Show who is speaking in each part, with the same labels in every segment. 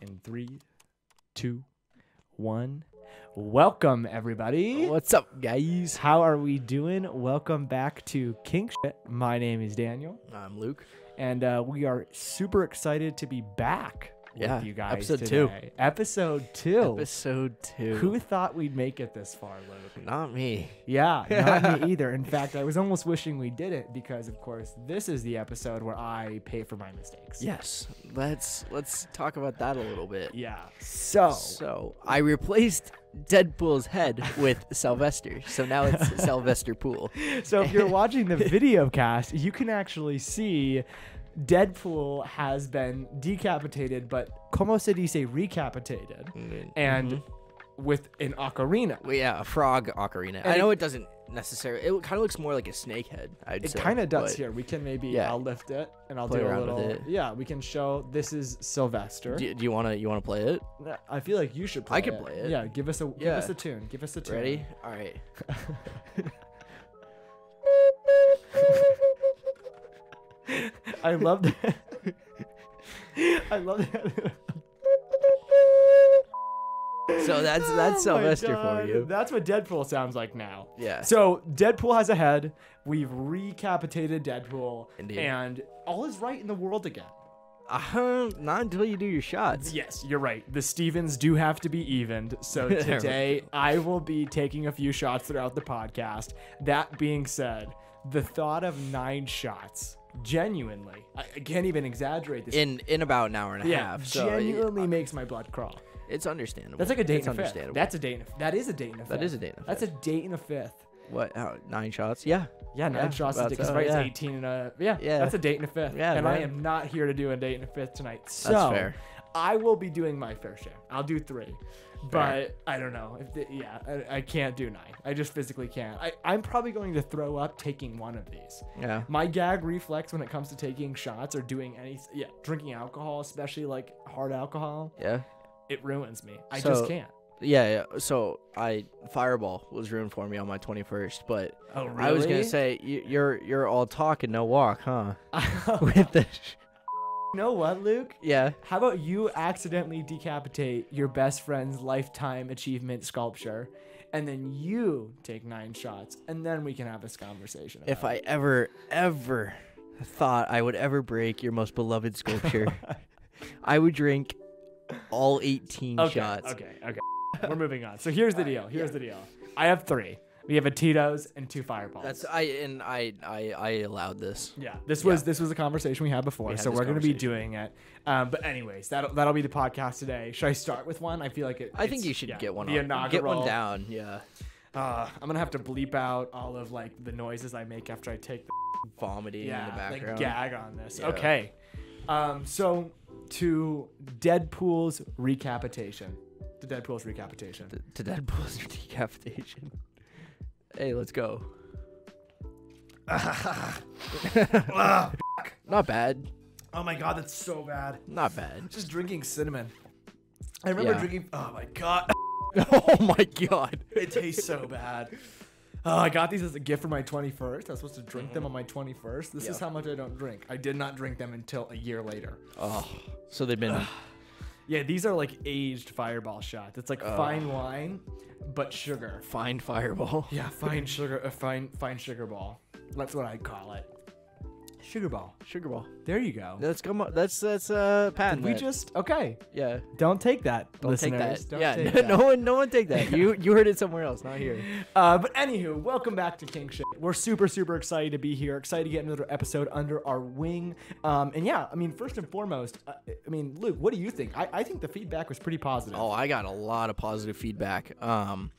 Speaker 1: in three, two, one. Welcome, everybody.
Speaker 2: What's up, guys?
Speaker 1: How are we doing? Welcome back to Kink Shit. My name is Daniel,
Speaker 2: I'm Luke.
Speaker 1: and uh, we are super excited to be back
Speaker 2: Yeah,
Speaker 1: with you guys.
Speaker 2: episode two.
Speaker 1: today. Episode two.
Speaker 2: Episode two.
Speaker 1: Who thought we'd make it this far, Luke?
Speaker 2: Not me.
Speaker 1: Yeah, not me either. In fact, I was almost wishing we did it because, of course, this is the episode where I pay for my mistakes.
Speaker 2: Yes. Let's let's talk about that a little bit.
Speaker 1: Yeah. So,
Speaker 2: So I replaced Deadpool's head with Sylvester, so now it's Sylvester Pool.
Speaker 1: so if you're watching the video cast, you can actually see Deadpool has been decapitated, but como se dice recapitated,
Speaker 2: Mm-hmm.
Speaker 1: and with an ocarina.
Speaker 2: Well, yeah, a frog ocarina. I
Speaker 1: it-
Speaker 2: know it doesn't necessarily. It kind of looks more like a snake head. I'd
Speaker 1: It
Speaker 2: say,
Speaker 1: kind of does
Speaker 2: but-
Speaker 1: here. We can maybe
Speaker 2: yeah.
Speaker 1: I'll lift it and I'll
Speaker 2: Play
Speaker 1: do a
Speaker 2: around with
Speaker 1: little.
Speaker 2: it.
Speaker 1: Yeah, we can show this is Sylvester.
Speaker 2: Do, do you wanna you wanna play it?
Speaker 1: I feel like you should. play
Speaker 2: I could play it.
Speaker 1: Yeah, give us a give us
Speaker 2: Yeah.
Speaker 1: a tune. Give us a tune.
Speaker 2: Ready? All right.
Speaker 1: I love that. I love that.
Speaker 2: So that's that's
Speaker 1: Oh my
Speaker 2: Sylvester for
Speaker 1: God.
Speaker 2: you.
Speaker 1: That's what Deadpool sounds like now.
Speaker 2: Yeah.
Speaker 1: So Deadpool has a head. We've recapitated Deadpool,
Speaker 2: Indeed.
Speaker 1: and all is right in the world again.
Speaker 2: Uh, not until you do your shots.
Speaker 1: Yes, you're right. The Stevens do have to be evened. So
Speaker 2: There we
Speaker 1: today I will be taking a few shots throughout the podcast. That being said, the thought of nine shots, genuinely, I, I can't even exaggerate this.
Speaker 2: in in about an hour and a
Speaker 1: yeah,
Speaker 2: half. So it-
Speaker 1: genuinely makes my blood crawl.
Speaker 2: it's understandable.
Speaker 1: That's like a date
Speaker 2: It's
Speaker 1: and a fifth.
Speaker 2: understandable.
Speaker 1: That's a date. And a, that is a date and a fifth.
Speaker 2: is a date and a
Speaker 1: That's a date and a fifth.
Speaker 2: what? How, nine shots? Yeah.
Speaker 1: Yeah, nine shots is
Speaker 2: about
Speaker 1: because
Speaker 2: so,
Speaker 1: right
Speaker 2: yeah.
Speaker 1: it's eighteen and a yeah,
Speaker 2: Yeah.
Speaker 1: That's a date and a fifth.
Speaker 2: Yeah,
Speaker 1: and I
Speaker 2: man.
Speaker 1: am not here to do a date and a fifth tonight. So
Speaker 2: fair.
Speaker 1: I will be doing my fair share. I'll do three,
Speaker 2: Fair.
Speaker 1: but I don't know. If the, yeah, I, I can't do nine. I just physically can't. I, I'm probably going to throw up taking one of these.
Speaker 2: Yeah.
Speaker 1: My gag reflex when it comes to taking shots or doing any yeah drinking alcohol, especially like hard alcohol,
Speaker 2: Yeah.
Speaker 1: it ruins me. I just
Speaker 2: So-
Speaker 1: can't.
Speaker 2: Yeah, yeah. So I Fireball was ruined for me on my twenty first, but
Speaker 1: Oh,
Speaker 2: I was gonna
Speaker 1: really?
Speaker 2: say you, you're you're all talk and no walk, huh?
Speaker 1: you
Speaker 2: With the sh-
Speaker 1: know what, Luke?
Speaker 2: yeah.
Speaker 1: How about you accidentally decapitate your best friend's lifetime achievement sculpture, and then you take nine shots, and then we can have this conversation.
Speaker 2: If I ever ever thought I would ever break your most beloved sculpture, I would drink all eighteen
Speaker 1: okay,
Speaker 2: shots.
Speaker 1: okay, okay, we're moving on. So here's the deal. Here's the deal. I have three. We have a Tito's and two fireballs.
Speaker 2: That's I and I I I allowed this.
Speaker 1: yeah, this was this was a conversation we had before,
Speaker 2: had
Speaker 1: so
Speaker 2: this
Speaker 1: we're gonna be doing it. Um, but anyways, that'll that'll be the podcast today. Should I start with one? I feel like it.
Speaker 2: I think
Speaker 1: it's-
Speaker 2: you should
Speaker 1: yeah,
Speaker 2: get one.
Speaker 1: The
Speaker 2: on,
Speaker 1: inaugural.
Speaker 2: get one down. Yeah.
Speaker 1: Uh, I'm gonna have to bleep out all of like the noises I make after I take the
Speaker 2: Vomiting in the background.
Speaker 1: Like gag on this.
Speaker 2: Yeah.
Speaker 1: Okay. Um, so to Deadpool's recapitation. To Deadpool's recapitation.
Speaker 2: to Deadpool's decapitation. Hey, let's go. not bad.
Speaker 1: Oh my god, that's so bad.
Speaker 2: Not bad.
Speaker 1: Just drinking cinnamon. I remember
Speaker 2: Yeah.
Speaker 1: drinking oh my god.
Speaker 2: oh my god.
Speaker 1: It tastes so bad. Oh, I got these as a gift for my 21st. I was supposed to drink them on my 21st. This is
Speaker 2: Mm-hmm. Yeah.
Speaker 1: how much I don't drink. I did not drink them until a year later.
Speaker 2: Oh, so they've been.
Speaker 1: Yeah, these are like aged fireball shots. It's like fine wine, but sugar.
Speaker 2: Find Fireball.
Speaker 1: Yeah, fine sugar, a fine fine sugar ball. That's what I'd call it. Sugar ball.
Speaker 2: Sugarball.
Speaker 1: There you go.
Speaker 2: That's come on. That's that's uh patent.
Speaker 1: we
Speaker 2: that.
Speaker 1: just okay.
Speaker 2: yeah.
Speaker 1: Don't take that,
Speaker 2: Don't
Speaker 1: listeners.
Speaker 2: take that.
Speaker 1: Don't
Speaker 2: yeah.
Speaker 1: take
Speaker 2: no,
Speaker 1: that.
Speaker 2: no one. No one take that. You you heard it somewhere else, not here.
Speaker 1: Uh, but anywho, welcome back to King Shit. We're super super excited to be here. Excited to get another episode under our wing. Um, and yeah, I mean, first and foremost, uh, I mean, Luke, what do you think? I, I think the feedback was pretty positive.
Speaker 2: Oh, I got a lot of positive feedback. Um,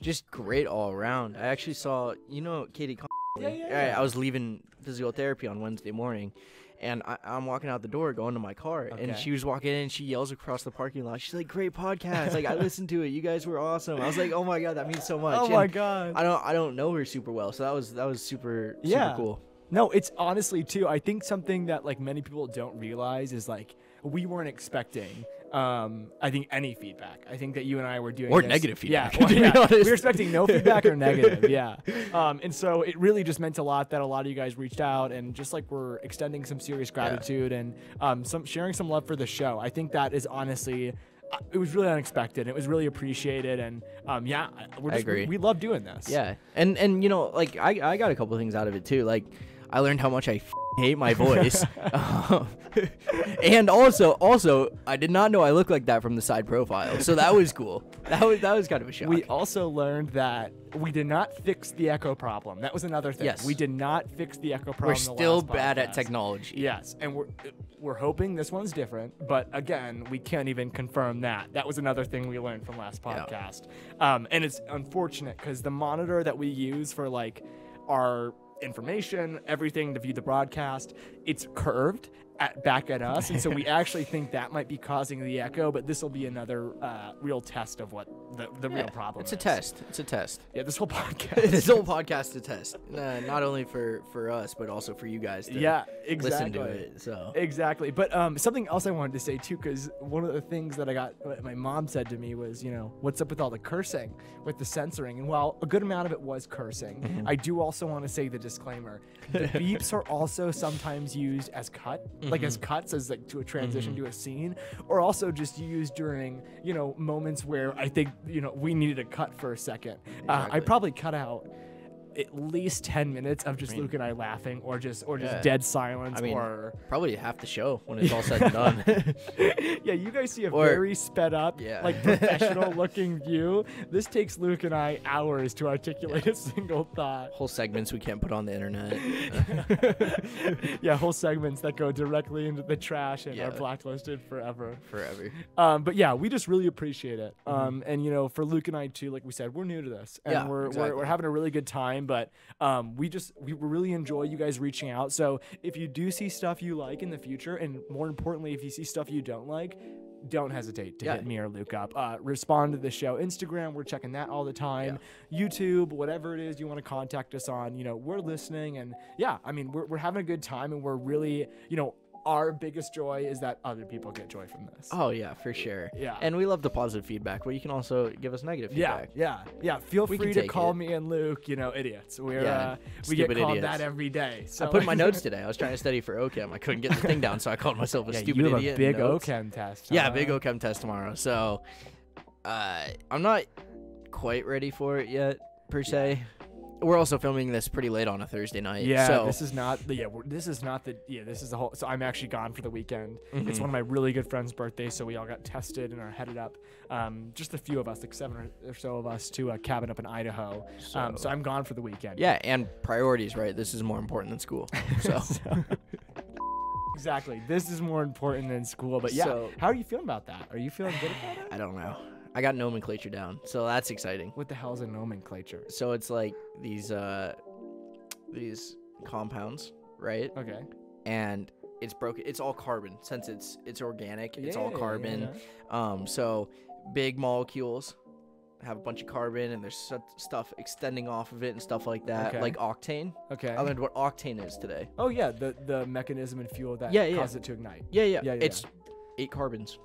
Speaker 2: just great all around. I actually saw, you know, Katie. Con-
Speaker 1: Yeah, yeah,
Speaker 2: Alright,
Speaker 1: yeah.
Speaker 2: I was leaving physical therapy on Wednesday morning, and I, I'm walking out the door, going to my car,
Speaker 1: Okay.
Speaker 2: and she was walking in. and She yells across the parking lot. She's like, "Great podcast! Like I listened to it. You guys were awesome." I was like, "Oh my god, that means so much."
Speaker 1: Oh my
Speaker 2: And
Speaker 1: God.
Speaker 2: I don't, I don't know her super well, so that was that was super,
Speaker 1: Yeah.
Speaker 2: super cool.
Speaker 1: No, it's honestly too. I think something that like many people don't realize is like we weren't expecting um, I think any feedback. I think that you and I were doing
Speaker 2: Or
Speaker 1: this-
Speaker 2: negative feedback,
Speaker 1: Yeah,
Speaker 2: to be
Speaker 1: yeah. we
Speaker 2: honest.
Speaker 1: were expecting no feedback or negative. Yeah, um, and so it really just meant a lot that a lot of you guys reached out and just like we're extending some serious gratitude and um, some sharing some love for the show. I think that is honestly. uh, It was really unexpected. It was really appreciated, and um, yeah, I- we're
Speaker 2: I
Speaker 1: just,
Speaker 2: agree.
Speaker 1: We, we love doing this.
Speaker 2: Yeah, and and you know, like I I got a couple things out of it too. Like I learned how much I f- hate my voice, Um, and also also I did not know I look like that from the side profile. So that was cool. That was that was kind of a shock.
Speaker 1: We also learned that we did not fix the echo problem. That was another thing.
Speaker 2: Yes.
Speaker 1: We did not fix the echo problem.
Speaker 2: We're
Speaker 1: the
Speaker 2: still
Speaker 1: last
Speaker 2: bad at
Speaker 1: podcast.
Speaker 2: technology.
Speaker 1: Yes, and we're we're hoping this one's different, but again, we can't even confirm that. That was another thing we learned from last
Speaker 2: Yeah.
Speaker 1: podcast, um, and it's unfortunate because the monitor that we use for like our information, everything to view the broadcast, it's curved at back at us, and so we actually think that might be causing the echo. But this will be another uh, real test of what the, the
Speaker 2: Yeah,
Speaker 1: real problem.
Speaker 2: It's a
Speaker 1: is.
Speaker 2: test. It's a test.
Speaker 1: Yeah, this whole podcast.
Speaker 2: this whole podcast is a test, uh, not only for for us but also for you guys. To
Speaker 1: yeah, exactly.
Speaker 2: listen to it. So
Speaker 1: Exactly. But um, something else I wanted to say too, because one of the things that I got, what my mom said to me was, you know, what's up with all the cursing, with the censoring? And while a good amount of it was cursing,
Speaker 2: Mm-hmm.
Speaker 1: I do also want to say the disclaimer: the beeps are also sometimes used as cut, like
Speaker 2: Mm-hmm.
Speaker 1: as cuts, as like to a transition to a scene, or also just used during, you know, moments where I think, you know, we needed a cut for a second. Uh, I
Speaker 2: Exactly.
Speaker 1: probably cut out. At least ten minutes of just Luke and I laughing, or just or just
Speaker 2: Yeah.
Speaker 1: dead silence,
Speaker 2: I mean,
Speaker 1: or
Speaker 2: probably half the show when it's all said and done.
Speaker 1: yeah, you guys see a
Speaker 2: Or-
Speaker 1: very sped up,
Speaker 2: Yeah.
Speaker 1: like professional looking view. This takes Luke and I hours to articulate a single thought.
Speaker 2: whole segments we can't put on the internet. uh,
Speaker 1: yeah, whole segments that go directly into the trash and
Speaker 2: Yeah.
Speaker 1: are blacklisted forever.
Speaker 2: forever.
Speaker 1: Um, but yeah, we just really appreciate it. Um, and you know, for Luke and I too, like we said, we're new to this, and
Speaker 2: Mm-hmm. Yeah,
Speaker 1: we're, we're
Speaker 2: exactly.
Speaker 1: we're having a really good time. But um, we just we really enjoy you guys reaching out. So if you do see stuff you like in the future, and more importantly, if you see stuff you don't like. Don't hesitate to
Speaker 2: Yeah.
Speaker 1: hit me or Luke up. Uh, respond to the show Instagram. We're checking that all the time. YouTube, whatever it is you want to contact us on. You know, we're listening, and yeah, I mean, we're, we're having a good time, and we're really, you know, our biggest joy is that other people get joy from this.
Speaker 2: Oh yeah, for sure.
Speaker 1: Yeah.
Speaker 2: And we love the positive feedback, but you can also give us negative
Speaker 1: Yeah,
Speaker 2: feedback.
Speaker 1: yeah, yeah. Feel
Speaker 2: We can
Speaker 1: free to
Speaker 2: take
Speaker 1: call
Speaker 2: it.
Speaker 1: me and Luke, you know, idiots. We're
Speaker 2: Yeah,
Speaker 1: uh, we get
Speaker 2: stupid
Speaker 1: called
Speaker 2: idiots.
Speaker 1: that every day. So
Speaker 2: I put in my notes today. I was trying to study for OChem. I couldn't get the thing down, so I called myself a
Speaker 1: Yeah,
Speaker 2: stupid
Speaker 1: you have
Speaker 2: idiot.
Speaker 1: a
Speaker 2: in
Speaker 1: big E
Speaker 2: notes.
Speaker 1: OChem test.
Speaker 2: Yeah,
Speaker 1: huh?
Speaker 2: big OChem test tomorrow. So, uh, I'm not quite ready for it yet, per se. We're also filming this pretty late on a Thursday night.
Speaker 1: Yeah,
Speaker 2: so
Speaker 1: this is not the yeah. We're, this is not the yeah. This is the whole. So I'm actually gone for the weekend.
Speaker 2: Mm-hmm.
Speaker 1: It's one of my really good friends' birthdays, so we all got tested and are headed up. Um, just a few of us, like seven or, or so of us, to a cabin up in Idaho. um, so I'm gone for the weekend.
Speaker 2: yeah, and priorities, right? This is more important than school. So,
Speaker 1: exactly. This is more important than school. But yeah,
Speaker 2: So-
Speaker 1: how are you feeling about that? Are you feeling good about it?
Speaker 2: I don't know. I got nomenclature down, so that's exciting.
Speaker 1: What the hell is a nomenclature?
Speaker 2: So it's like these uh these compounds, right?
Speaker 1: Okay.
Speaker 2: And it's broken. It's all carbon since it's it's organic. It's all
Speaker 1: Yeah,
Speaker 2: carbon.
Speaker 1: yeah.
Speaker 2: Um, so big molecules have a bunch of carbon, and there's su- stuff extending off of it and stuff like that,
Speaker 1: Okay.
Speaker 2: like octane.
Speaker 1: Okay.
Speaker 2: I learned what octane is today.
Speaker 1: Oh yeah, the the mechanism and fuel that
Speaker 2: Yeah, yeah.
Speaker 1: causes it to ignite.
Speaker 2: Yeah, yeah.
Speaker 1: Yeah, yeah,
Speaker 2: It's eight carbons.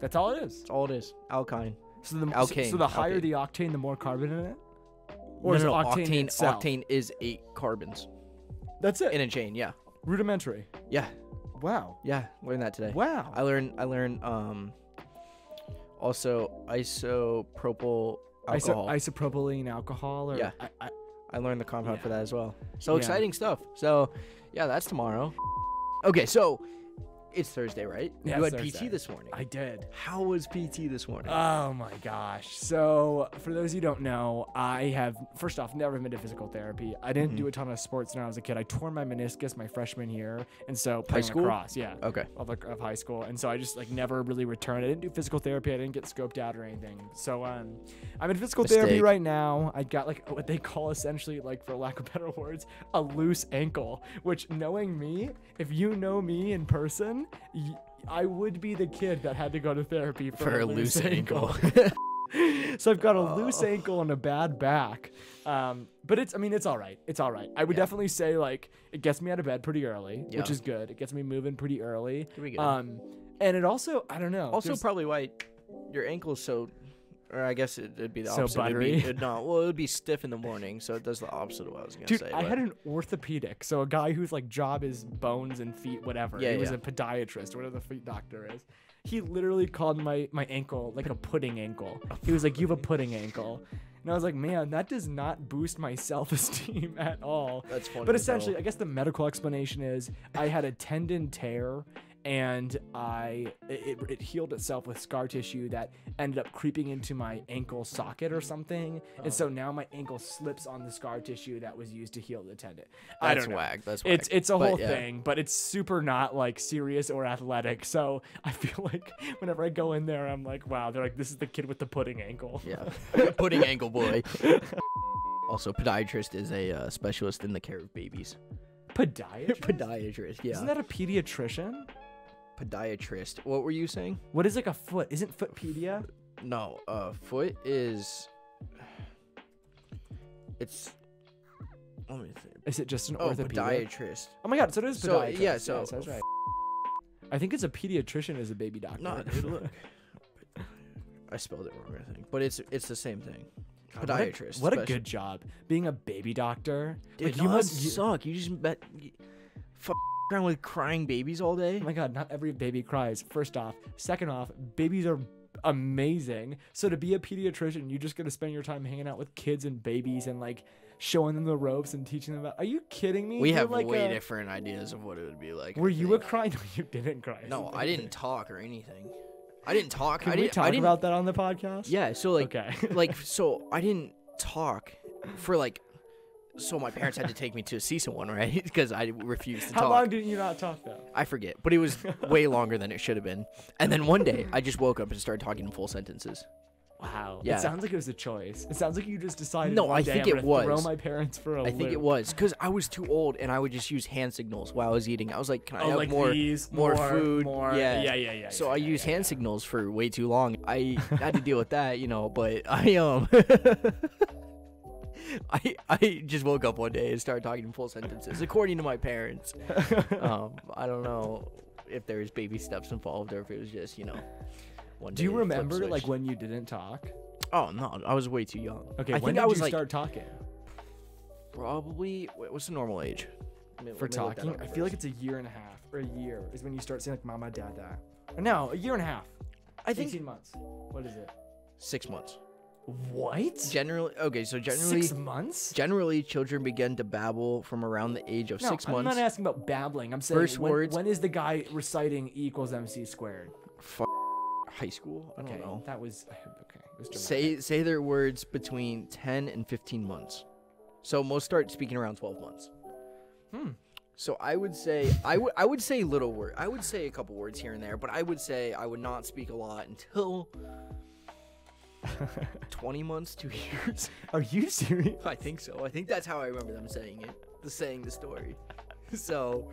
Speaker 1: That's all it is.
Speaker 2: That's all it is. Alkyne.
Speaker 1: So the
Speaker 2: Alkane,
Speaker 1: so the higher
Speaker 2: alkane.
Speaker 1: the octane, the more carbon in it.
Speaker 2: no,
Speaker 1: is
Speaker 2: no,
Speaker 1: it
Speaker 2: no, octane.
Speaker 1: itself?
Speaker 2: Octane is eight carbons
Speaker 1: That's it.
Speaker 2: in a chain. Yeah,
Speaker 1: Rudimentary.
Speaker 2: yeah,
Speaker 1: Wow.
Speaker 2: yeah. Learned that today.
Speaker 1: Wow.
Speaker 2: I learned I learned um also isopropyl alcohol.
Speaker 1: Iso- isopropylene alcohol or
Speaker 2: Yeah.
Speaker 1: I, I,
Speaker 2: I learned the compound for that as well. So
Speaker 1: Yeah.
Speaker 2: exciting stuff. So yeah, that's tomorrow. Okay, so it's Thursday, right?
Speaker 1: Yeah,
Speaker 2: you
Speaker 1: it's
Speaker 2: had
Speaker 1: Thursday.
Speaker 2: PT this morning.
Speaker 1: I did.
Speaker 2: How was PT this morning?
Speaker 1: Oh my gosh. So, for those who don't know, I have, first off, never been to physical therapy. I didn't
Speaker 2: Mm-hmm.
Speaker 1: do a ton of sports when I was a kid. I tore my meniscus my freshman year. And so, playing
Speaker 2: school?
Speaker 1: lacrosse, yeah.
Speaker 2: Okay.
Speaker 1: Of, like, of high school. And so, I just like never really returned. I didn't do physical therapy. I didn't get scoped out or anything. So, um, I'm in physical therapy
Speaker 2: Mistake.
Speaker 1: right now. I got like what they call essentially, like, for lack of better words, a loose ankle, which knowing me, if you know me in person, y- I would be the kid that had to go to therapy for,
Speaker 2: for a loose ankle. Oh.
Speaker 1: so I've got a loose ankle and a bad back. Um, but it's, I mean, it's all right. It's all right. I would definitely say like it gets me out of bed pretty early,
Speaker 2: Yeah.
Speaker 1: which is good. It gets me moving pretty early.
Speaker 2: Pretty good.
Speaker 1: Um, And it also, I don't know.
Speaker 2: Also,
Speaker 1: there's-
Speaker 2: probably why your ankle's so, or I guess it, it'd be the
Speaker 1: So
Speaker 2: opposite. It'd be-
Speaker 1: buttery.
Speaker 2: it'd not well, it'd be stiff in the morning, so it does the opposite of what I was gonna
Speaker 1: Dude,
Speaker 2: say.
Speaker 1: I
Speaker 2: but-
Speaker 1: had an orthopedic, so a guy whose like job is bones and feet, whatever.
Speaker 2: Yeah,
Speaker 1: he was
Speaker 2: yeah.
Speaker 1: a podiatrist, whatever the feet doctor is. He literally called my my ankle like a pudding ankle. He was like, "You have a pudding ankle," and I was like, "Man, that does not boost my self esteem at all."
Speaker 2: That's funny
Speaker 1: But
Speaker 2: as
Speaker 1: essentially,
Speaker 2: hell.
Speaker 1: I guess the medical explanation is I had a tendon tear. And I, it, it healed itself with scar tissue that ended up creeping into my ankle socket or something, and
Speaker 2: Oh.
Speaker 1: so now my ankle slips on the scar tissue that was used to heal the tendon. I
Speaker 2: That's
Speaker 1: don't know.
Speaker 2: whack, that's
Speaker 1: It's
Speaker 2: whack.
Speaker 1: it's a
Speaker 2: But,
Speaker 1: whole
Speaker 2: yeah.
Speaker 1: thing, but it's super not like serious or athletic. So I feel like whenever I go in there, I'm like, wow, they're like, this is the kid with the pudding ankle.
Speaker 2: yeah, pudding ankle boy. also, podiatrist is a uh, specialist in the care of babies.
Speaker 1: Podiatrist.
Speaker 2: Podiatrist, yeah.
Speaker 1: Isn't that a pediatrician?
Speaker 2: podiatrist? What were you saying?
Speaker 1: What is like a foot? Isn't footpedia?
Speaker 2: No, uh, foot is. It's. Let me think.
Speaker 1: Is it just an
Speaker 2: Oh,
Speaker 1: orthopedic?
Speaker 2: podiatrist.
Speaker 1: Oh my god, so it is
Speaker 2: So,
Speaker 1: podiatrist.
Speaker 2: yeah,
Speaker 1: yes,
Speaker 2: so-
Speaker 1: that's right. I think it's a pediatrician is a baby doctor.
Speaker 2: No, dude, look. I spelled it wrong, I think. But it's it's the same thing.
Speaker 1: God, what a-
Speaker 2: Podiatrist.
Speaker 1: What a,
Speaker 2: spec-
Speaker 1: good job being a baby doctor.
Speaker 2: Dude,
Speaker 1: like
Speaker 2: no,
Speaker 1: you
Speaker 2: that
Speaker 1: must. you-
Speaker 2: suck. You just met you, f- around with crying babies all day.
Speaker 1: Oh my god, not every baby cries. First off, second off, babies are amazing. So to be a pediatrician, you're just gonna spend your time hanging out with kids and babies and like showing them the ropes and teaching them about. Are you kidding me?
Speaker 2: We
Speaker 1: You're
Speaker 2: have
Speaker 1: like
Speaker 2: way
Speaker 1: a-
Speaker 2: different ideas of what it would be like.
Speaker 1: Were you a
Speaker 2: think.
Speaker 1: cry? No, you didn't cry.
Speaker 2: No, I didn't talk or anything. I didn't talk.
Speaker 1: Can
Speaker 2: I
Speaker 1: we
Speaker 2: didn't I
Speaker 1: talk
Speaker 2: didn't,
Speaker 1: about that on the podcast?
Speaker 2: Yeah, so like
Speaker 1: Okay.
Speaker 2: like so I didn't talk for like so my parents had to take me to see someone, right? Because I refused to
Speaker 1: How
Speaker 2: talk.
Speaker 1: long did you not talk though?
Speaker 2: I forget, but it was way longer than it should have been. And then one day, I just woke up and started talking in full sentences.
Speaker 1: Wow.
Speaker 2: Yeah.
Speaker 1: It sounds like it was a choice. It sounds like you just decided.
Speaker 2: No,
Speaker 1: one
Speaker 2: I
Speaker 1: day
Speaker 2: think
Speaker 1: I'm
Speaker 2: it
Speaker 1: gonna Throw
Speaker 2: was.
Speaker 1: my parents for a
Speaker 2: I think it
Speaker 1: loop.
Speaker 2: was because I was too old, and I would just use hand signals while I was eating. I was like, "Can I
Speaker 1: Oh,
Speaker 2: have
Speaker 1: like
Speaker 2: more,
Speaker 1: these,
Speaker 2: more,
Speaker 1: more,
Speaker 2: food?"
Speaker 1: more.
Speaker 2: Yeah,
Speaker 1: Yeah, yeah, yeah,
Speaker 2: So
Speaker 1: yeah,
Speaker 2: I
Speaker 1: yeah,
Speaker 2: used hand signals for way too long. I had to deal with that, you know. But I um, I I just woke up one day and started talking in full sentences, according to my parents. um, I don't know if there was baby steps involved or if it was just you know. One
Speaker 1: Do you
Speaker 2: day flip
Speaker 1: remember like
Speaker 2: switch.
Speaker 1: when you didn't talk?
Speaker 2: Oh no, I was way too young.
Speaker 1: Okay,
Speaker 2: I
Speaker 1: when
Speaker 2: think
Speaker 1: did
Speaker 2: I was
Speaker 1: you
Speaker 2: like
Speaker 1: start talking?
Speaker 2: probably wait, what's the normal age
Speaker 1: for talking. I feel like it's a year and a half or a year is when you start saying like mama dada. Or no, a year and a half. I
Speaker 2: think-
Speaker 1: 18 months. What is it?
Speaker 2: six months.
Speaker 1: What?
Speaker 2: Generally, okay, so generally,
Speaker 1: Six months?
Speaker 2: generally children begin to babble from around the age of
Speaker 1: No,
Speaker 2: six
Speaker 1: I'm
Speaker 2: months.
Speaker 1: not asking about babbling. I'm saying
Speaker 2: First
Speaker 1: when,
Speaker 2: words-
Speaker 1: when is the guy reciting E equals MC squared?
Speaker 2: F- high school? I don't
Speaker 1: Okay,
Speaker 2: know.
Speaker 1: that was okay. It was dramatic.
Speaker 2: Say say their words between ten and fifteen months. So most start speaking around twelve months.
Speaker 1: Hmm.
Speaker 2: So I would say I would I would say little word. I would say a couple words here and there, but I would say I would not speak a lot until twenty months, two years.
Speaker 1: Are you serious?
Speaker 2: I think so. I think that's how I remember them saying it, the saying the story. So,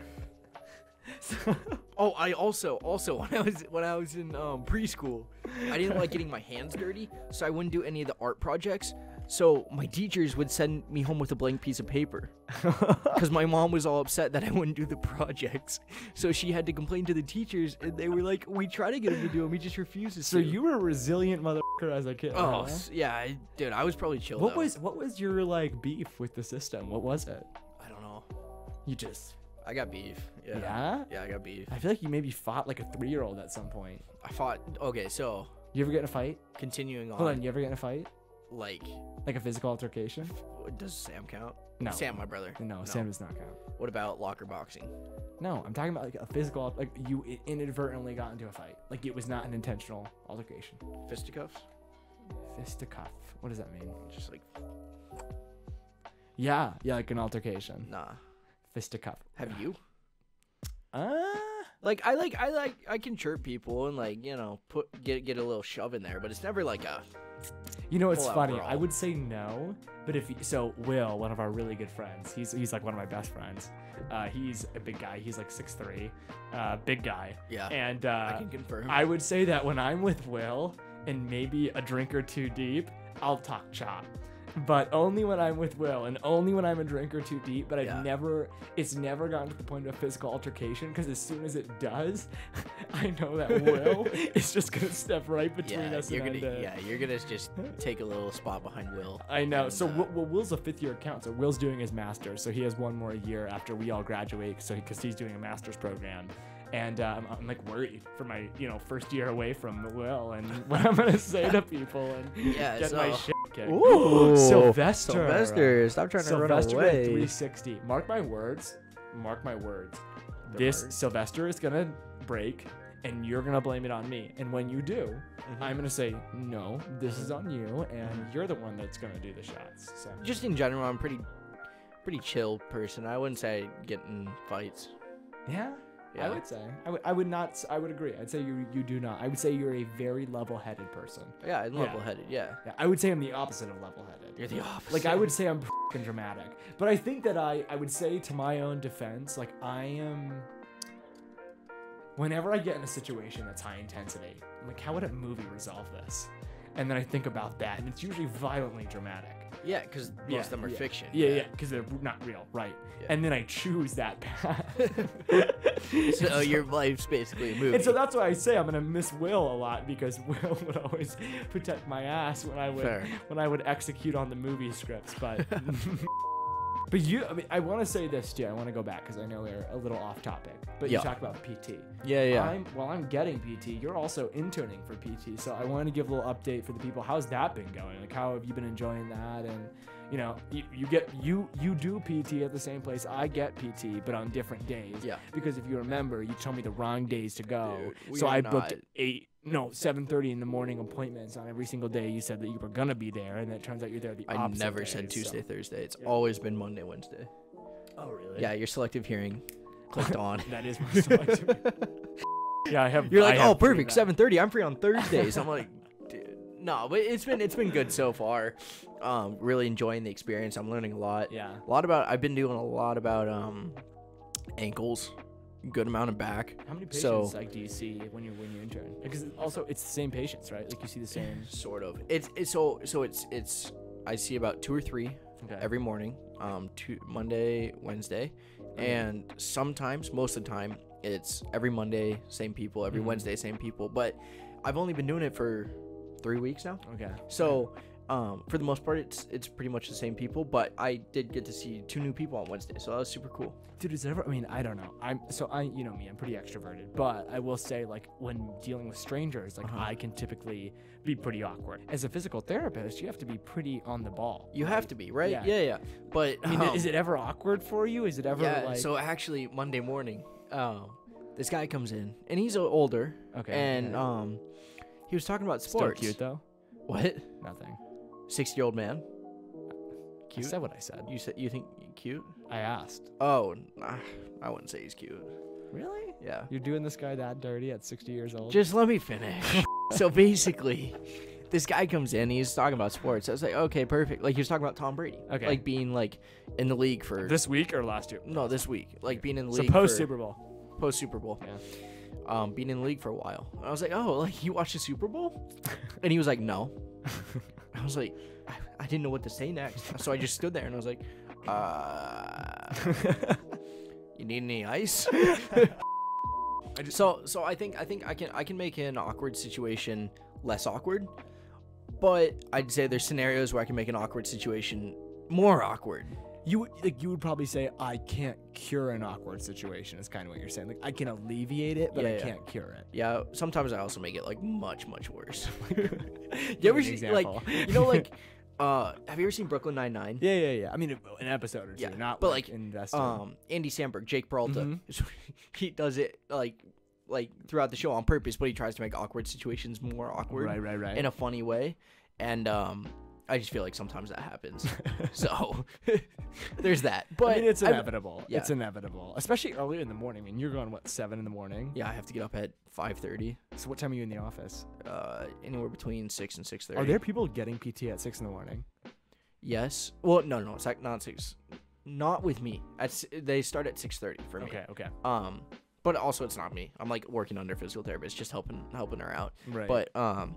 Speaker 2: oh, I also also when I was when I was in um, preschool, I didn't like getting my hands dirty, so I wouldn't do any of the art projects. So my teachers would send me home with a blank piece of paper because my mom was all upset that I wouldn't do the projects. So she had to complain to the teachers, and they were like, "We try to get him to do them, he just refuses."
Speaker 1: So
Speaker 2: to."
Speaker 1: you were a resilient motherfucker as a kid.
Speaker 2: Oh,
Speaker 1: huh?
Speaker 2: s- yeah, I, dude, I was probably chill.
Speaker 1: What
Speaker 2: though.
Speaker 1: was what was your like beef with the system? What was it?
Speaker 2: I don't know.
Speaker 1: You just
Speaker 2: I got beef. Yeah.
Speaker 1: Yeah?
Speaker 2: I got beef.
Speaker 1: I feel like you maybe fought like a three year old at some point.
Speaker 2: I fought. Okay, so
Speaker 1: You ever get in a fight?
Speaker 2: continuing on,
Speaker 1: Hold on, you ever get in a fight?
Speaker 2: like,
Speaker 1: Like a physical altercation?
Speaker 2: does Sam count?
Speaker 1: No.
Speaker 2: Sam, my brother.
Speaker 1: No, Sam does not count.
Speaker 2: What about locker boxing?
Speaker 1: No, I'm talking about like a physical, al- like you i- inadvertently got into a fight. Like it was not an intentional altercation.
Speaker 2: Fisticuffs?
Speaker 1: Fisticuff. What does that mean?
Speaker 2: Just like,
Speaker 1: Yeah, yeah, like an altercation.
Speaker 2: nah.
Speaker 1: Fisticuff.
Speaker 2: Have you?
Speaker 1: Uh,
Speaker 2: Like, I like, I like, I can chirp people and like, you know, put get get a little shove in there, but it's never like a.
Speaker 1: you know, it's
Speaker 2: Full-out
Speaker 1: funny.
Speaker 2: brawl.
Speaker 1: I would say no, but if you, so, Will, one of our really good friends, he's he's like one of my best friends. Uh, he's a big guy. He's like 6'3", uh, big guy.
Speaker 2: Yeah.
Speaker 1: And uh,
Speaker 2: I can confirm.
Speaker 1: I would say that when I'm with Will and maybe a drink or two deep, I'll talk chop. but only when I'm with Will and only when I'm a drink or two deep. But I've
Speaker 2: Yeah.
Speaker 1: never, it's never gotten to the point of a physical altercation because as soon as it does, I know that Will is just gonna step right between
Speaker 2: Yeah,
Speaker 1: us
Speaker 2: you're
Speaker 1: and
Speaker 2: gonna
Speaker 1: end it.
Speaker 2: yeah, you're gonna just take a little spot behind Will.
Speaker 1: I know.
Speaker 2: and,
Speaker 1: So
Speaker 2: uh,
Speaker 1: Wi- well, Will's a fifth year account. So Will's doing his master's. So he has one more year after we all graduate. So because he's doing a master's program, and um, I'm like worried for my you know first year away from Will and what I'm gonna say to people and
Speaker 2: Yeah,
Speaker 1: get my
Speaker 2: so-
Speaker 1: shit kicked.
Speaker 2: Ooh,
Speaker 1: Sylvester.
Speaker 2: Sylvester, stop trying to
Speaker 1: Sylvester
Speaker 2: run
Speaker 1: at
Speaker 2: away.
Speaker 1: 360. Mark my words. Mark my words.
Speaker 2: The
Speaker 1: this
Speaker 2: bird.
Speaker 1: Sylvester is gonna break, and you're gonna blame it on me. And when you do, I'm gonna say no. This is on you, and you're the one that's gonna do the shots. So
Speaker 2: Just in general, I'm pretty, pretty chill person. I wouldn't say I get in fights.
Speaker 1: yeah, I
Speaker 2: Yeah.
Speaker 1: would say I would I would not s- I would agree. I'd say you you do not. I would say you're a very level-headed person.
Speaker 2: Yeah, I'm level-headed. Yeah,
Speaker 1: Yeah, I would say I'm the opposite of level-headed.
Speaker 2: you're the opposite.
Speaker 1: Like I would say I'm fucking dramatic, but I think that I I would say to my own defense, like I am. Whenever I get in a situation that's high intensity, I'm like, how would a movie resolve this? And then I think about that, and it's usually violently dramatic.
Speaker 2: Yeah, because most
Speaker 1: Yeah,
Speaker 2: of them are
Speaker 1: yeah.
Speaker 2: fiction.
Speaker 1: Yeah, yeah, because they're not real, right?
Speaker 2: Yeah.
Speaker 1: And then I choose that path.
Speaker 2: So oh, your life's basically a movie.
Speaker 1: And so that's why I say I'm gonna miss Will a lot because Will would always protect my ass when I would
Speaker 2: Fair.
Speaker 1: when I would execute on the movie scripts. But but you, I mean, I want to say this too. I want to go back because I know we're a little off topic. But
Speaker 2: Yeah.
Speaker 1: you talked about PT.
Speaker 2: yeah, yeah.
Speaker 1: I'm, while I'm getting PT, you're also interning for PT. So I want to give a little update for the people. How's that been going? Like, how have you been enjoying that? And you know, you, you get you you do PT at the same place I get PT, but on different days.
Speaker 2: Yeah.
Speaker 1: Because if you remember, you told me the wrong days to go.
Speaker 2: Dude, we
Speaker 1: so
Speaker 2: are
Speaker 1: I booked
Speaker 2: not-
Speaker 1: eight, no, seven thirty in the morning appointments on every single day. You said that you were gonna be there, and it turns out you're there the
Speaker 2: I
Speaker 1: opposite
Speaker 2: never
Speaker 1: days,
Speaker 2: said
Speaker 1: so-
Speaker 2: Tuesday, Thursday. It's always been Monday, Wednesday.
Speaker 1: Oh really?
Speaker 2: Yeah, your selective hearing clicked on.
Speaker 1: That is my selective. yeah, I have.
Speaker 2: You're
Speaker 1: I
Speaker 2: like,
Speaker 1: have
Speaker 2: oh,
Speaker 1: three
Speaker 2: perfect.
Speaker 1: now."
Speaker 2: Seven thirty. I'm free on Thursdays. I'm like, dude, no, but it's been it's been good so far. Um, really enjoying the experience. I'm learning a lot.
Speaker 1: Yeah.
Speaker 2: A lot about. I've been doing a lot about um, ankles, good amount of back.
Speaker 1: How many patients
Speaker 2: So-
Speaker 1: like do you see when you when you intern? Because also it's the same patients, right? Like you see the same.
Speaker 2: Sort of. It's it's so so it's it's. I see about two or three
Speaker 1: Okay.
Speaker 2: every morning. Um, two, Monday, Wednesday,
Speaker 1: Mm-hmm.
Speaker 2: and sometimes most of the time it's every Monday, same people.
Speaker 1: Mm-hmm.
Speaker 2: Every Wednesday, same people. But I've only been doing it for three weeks now.
Speaker 1: okay.
Speaker 2: So, um, for the most part, it's it's pretty much the same people. But I did get to see two new people on Wednesday, so that was super cool.
Speaker 1: Dude, is it ever? I mean, I don't know. I'm so I you know me. I'm pretty extroverted, but I will say like when dealing with strangers, like I can typically be pretty awkward. As a physical therapist, you have to be pretty on the ball.
Speaker 2: You have to be right.
Speaker 1: Yeah.
Speaker 2: Yeah, yeah. But
Speaker 1: I mean,
Speaker 2: um,
Speaker 1: is it ever awkward for you? Is it ever
Speaker 2: yeah.
Speaker 1: like?
Speaker 2: so actually, Monday morning, um, this guy comes in, and he's uh, older.
Speaker 1: Okay,
Speaker 2: And
Speaker 1: yeah.
Speaker 2: um, he was talking about
Speaker 1: still
Speaker 2: sports.
Speaker 1: cute though.
Speaker 2: What?
Speaker 1: Nothing.
Speaker 2: Sixty-year-old man.
Speaker 1: Cute. I said what I said.
Speaker 2: You said you think cute?
Speaker 1: I asked.
Speaker 2: Oh, nah, I wouldn't say he's cute.
Speaker 1: Really?
Speaker 2: Yeah.
Speaker 1: You're doing this guy that dirty at 60 years old?
Speaker 2: Just let me finish. so basically, this guy comes in. He's talking about sports. I was like, okay, perfect. Like he was talking about Tom Brady.
Speaker 1: Okay.
Speaker 2: Like being like in the league for
Speaker 1: this week or last year?
Speaker 2: no this week. Like being in the
Speaker 1: So
Speaker 2: league
Speaker 1: post
Speaker 2: for-
Speaker 1: Super Bowl.
Speaker 2: post Super Bowl.
Speaker 1: Yeah.
Speaker 2: Um, being in the league for a while. And I was like, oh, like you watched the Super Bowl? and he was like, no. I was like, I, I didn't know what to say next. So I just stood there and I was like, uh, you need any ice? so so I think I think I can I can make an awkward situation less awkward, but I'd say there's scenarios where I can make an awkward situation more awkward.
Speaker 1: you would like you would probably say I can't cure an awkward situation is kind of what you're saying. Like I can alleviate it, but
Speaker 2: Yeah,
Speaker 1: I
Speaker 2: yeah.
Speaker 1: can't cure it.
Speaker 2: Yeah, sometimes I also make it like much much worse. you ever
Speaker 1: an
Speaker 2: see
Speaker 1: example.
Speaker 2: like you know like uh have you ever seen Brooklyn Nine Nine?
Speaker 1: Yeah, yeah, yeah. I mean, an episode or two,
Speaker 2: Yeah,
Speaker 1: not
Speaker 2: but,
Speaker 1: like,
Speaker 2: like,
Speaker 1: invested.
Speaker 2: Um, Andy Samberg, Jake
Speaker 1: mm-hmm.
Speaker 2: Peralta, he does it like like throughout the show on purpose, but he tries to make awkward situations more awkward
Speaker 1: right, right, right.
Speaker 2: in a funny way, and um. I just feel like sometimes that happens. so there's that. But
Speaker 1: I mean, it's
Speaker 2: I've-
Speaker 1: inevitable.
Speaker 2: yeah.
Speaker 1: It's inevitable, especially earlier in the morning. I mean, you're going what seven in the morning.
Speaker 2: yeah, I have to get up at 5:30,
Speaker 1: So what time are you in the office?
Speaker 2: uh, anywhere between six and 6:30.
Speaker 1: Are there people getting PT at six in the morning?
Speaker 2: Yes. Well, no, no, it's like not six. Not with me. At, s- they start at 6:30 for me.
Speaker 1: Okay, okay.
Speaker 2: Um, but also it's not me. I'm like working under a physical therapist, just helping helping her out.
Speaker 1: Right.
Speaker 2: But um,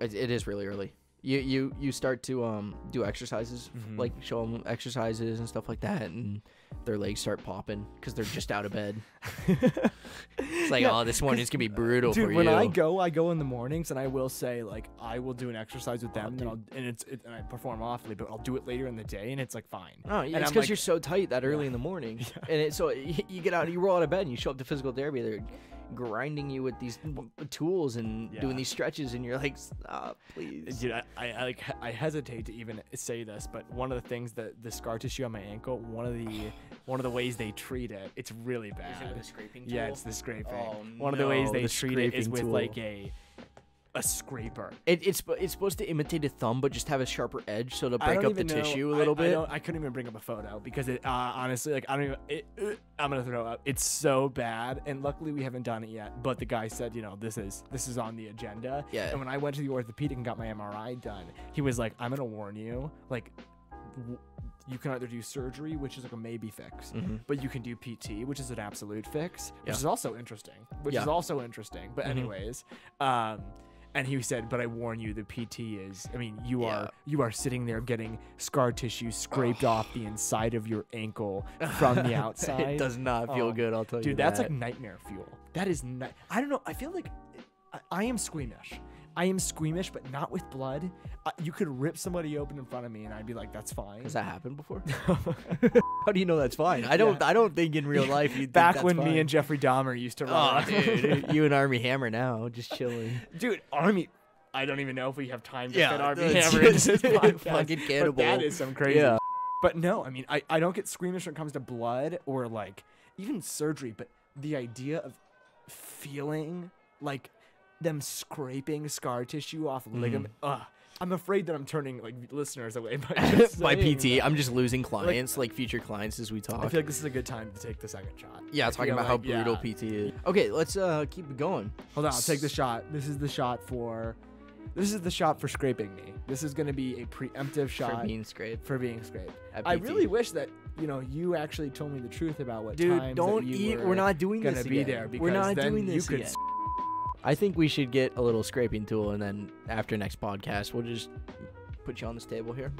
Speaker 2: it, it is really early. you you you start to um do exercises
Speaker 1: Mm-hmm.
Speaker 2: like show them exercises and stuff like that and their legs start popping because they're just out of bed it's like
Speaker 1: Yeah,
Speaker 2: oh this morning's gonna be brutal
Speaker 1: Dude,
Speaker 2: for
Speaker 1: when
Speaker 2: you
Speaker 1: I go, I go in the mornings, and I will say like I will do an exercise with them, and, I'll, and it's it, and I perform awfully, but I'll do it later in the day, and it's like fine.
Speaker 2: Oh,
Speaker 1: And
Speaker 2: yeah, it's
Speaker 1: I'm
Speaker 2: because
Speaker 1: like,
Speaker 2: you're so tight that early in the morning, and it, so you, you get out, you roll out of bed, and you show up to physical therapy. They're grinding you with these w- tools and
Speaker 1: Yeah.
Speaker 2: doing these stretches, and you're like, stop, please.
Speaker 1: Dude, I, I, I, like, I hesitate to even say this, but one of the things that the scar tissue on my ankle, one of the one of the ways they treat it, it's really bad.
Speaker 2: the scraping
Speaker 1: Yeah,
Speaker 2: tool?
Speaker 1: it's the scraping.
Speaker 2: Oh,
Speaker 1: One of the ways
Speaker 2: no,
Speaker 1: they
Speaker 2: the
Speaker 1: treat it is
Speaker 2: scraping
Speaker 1: with
Speaker 2: tool.
Speaker 1: like a a scraper.
Speaker 2: It, it's sp- it's supposed to imitate a thumb, but just have a sharper edge, so it'll
Speaker 1: I
Speaker 2: break
Speaker 1: don't
Speaker 2: up the
Speaker 1: even know-
Speaker 2: tissue a
Speaker 1: I-
Speaker 2: little
Speaker 1: I
Speaker 2: bit.
Speaker 1: don't- I, couldn't even bring up a photo because it uh, honestly, like, I don't even. It, uh, I'm gonna throw up. It's so bad, and luckily we haven't done it yet. But the guy said, you know, this is this is on the agenda.
Speaker 2: Yeah.
Speaker 1: And when I went to the orthopedic and got my MRI done, he was like, I'm gonna warn you, like. W- you can either do surgery, which is like a maybe fix, but you can do PT, which is an absolute fix, which
Speaker 2: Mm-hmm. Yeah.
Speaker 1: is also interesting, which
Speaker 2: Yeah. Mm-hmm.
Speaker 1: is also interesting. But anyways, um, and he said, but I warn you, the PT is. I mean, you
Speaker 2: Yeah.
Speaker 1: are you are sitting there getting scar tissue scraped off the inside of your ankle from the outside.
Speaker 2: it does not feel
Speaker 1: Oh,
Speaker 2: good. I'll tell you,
Speaker 1: Dude, that's
Speaker 2: that.
Speaker 1: like nightmare fuel. That is ni- I don't know. I feel like I, I am squeamish. I am squeamish, but not with blood. Uh, you could rip somebody open in front of me, and I'd be like, "That's fine."
Speaker 2: has that happened before? How do you know that's fine? I don't. I don't think in real life you.
Speaker 1: Back when me and Jeffrey Dahmer used to
Speaker 2: oh,
Speaker 1: run. around.
Speaker 2: dude, you and Army Hammer now just chilling.
Speaker 1: Dude, Army. I don't even know if we have time to
Speaker 2: Yeah,
Speaker 1: fit Army
Speaker 2: that's-
Speaker 1: Hammer into this podcast,
Speaker 2: Fucking
Speaker 1: But that
Speaker 2: cannibal.
Speaker 1: is some crazy.
Speaker 2: Yeah.
Speaker 1: shit. But no, I mean, I, I don't get squeamish when it comes to blood or like even surgery, but the idea of feeling like them scraping scar tissue off ligament.
Speaker 2: Mm.
Speaker 1: Ugh, I'm afraid that I'm turning like listeners away by, just
Speaker 2: by
Speaker 1: saying
Speaker 2: PT,
Speaker 1: that.
Speaker 2: I'm just losing clients, like, future clients, as we
Speaker 1: I
Speaker 2: talk.
Speaker 1: feel like this is a good time to take the second shot.
Speaker 2: yeah,
Speaker 1: I
Speaker 2: talking
Speaker 1: feel
Speaker 2: about how
Speaker 1: like- yeah.
Speaker 2: brutal PT is. Okay, let's uh keep it going.
Speaker 1: Hold on, I'll take the shot. This is the shot for. This is the shot for scraping me. This is going to be a preemptive shot
Speaker 2: For being scraped.
Speaker 1: for being scraped.
Speaker 2: At
Speaker 1: I
Speaker 2: PT.
Speaker 1: really wish that you know you actually told me the truth about what times that
Speaker 2: Dude, don't
Speaker 1: you
Speaker 2: eat.
Speaker 1: Were,
Speaker 2: We're not doing
Speaker 1: gonna
Speaker 2: this.
Speaker 1: be
Speaker 2: again.
Speaker 1: there because
Speaker 2: we're not
Speaker 1: then
Speaker 2: doing
Speaker 1: you
Speaker 2: this
Speaker 1: could
Speaker 2: again. I think we should get a little scraping tool, and then after next podcast, we'll just put you on this table here.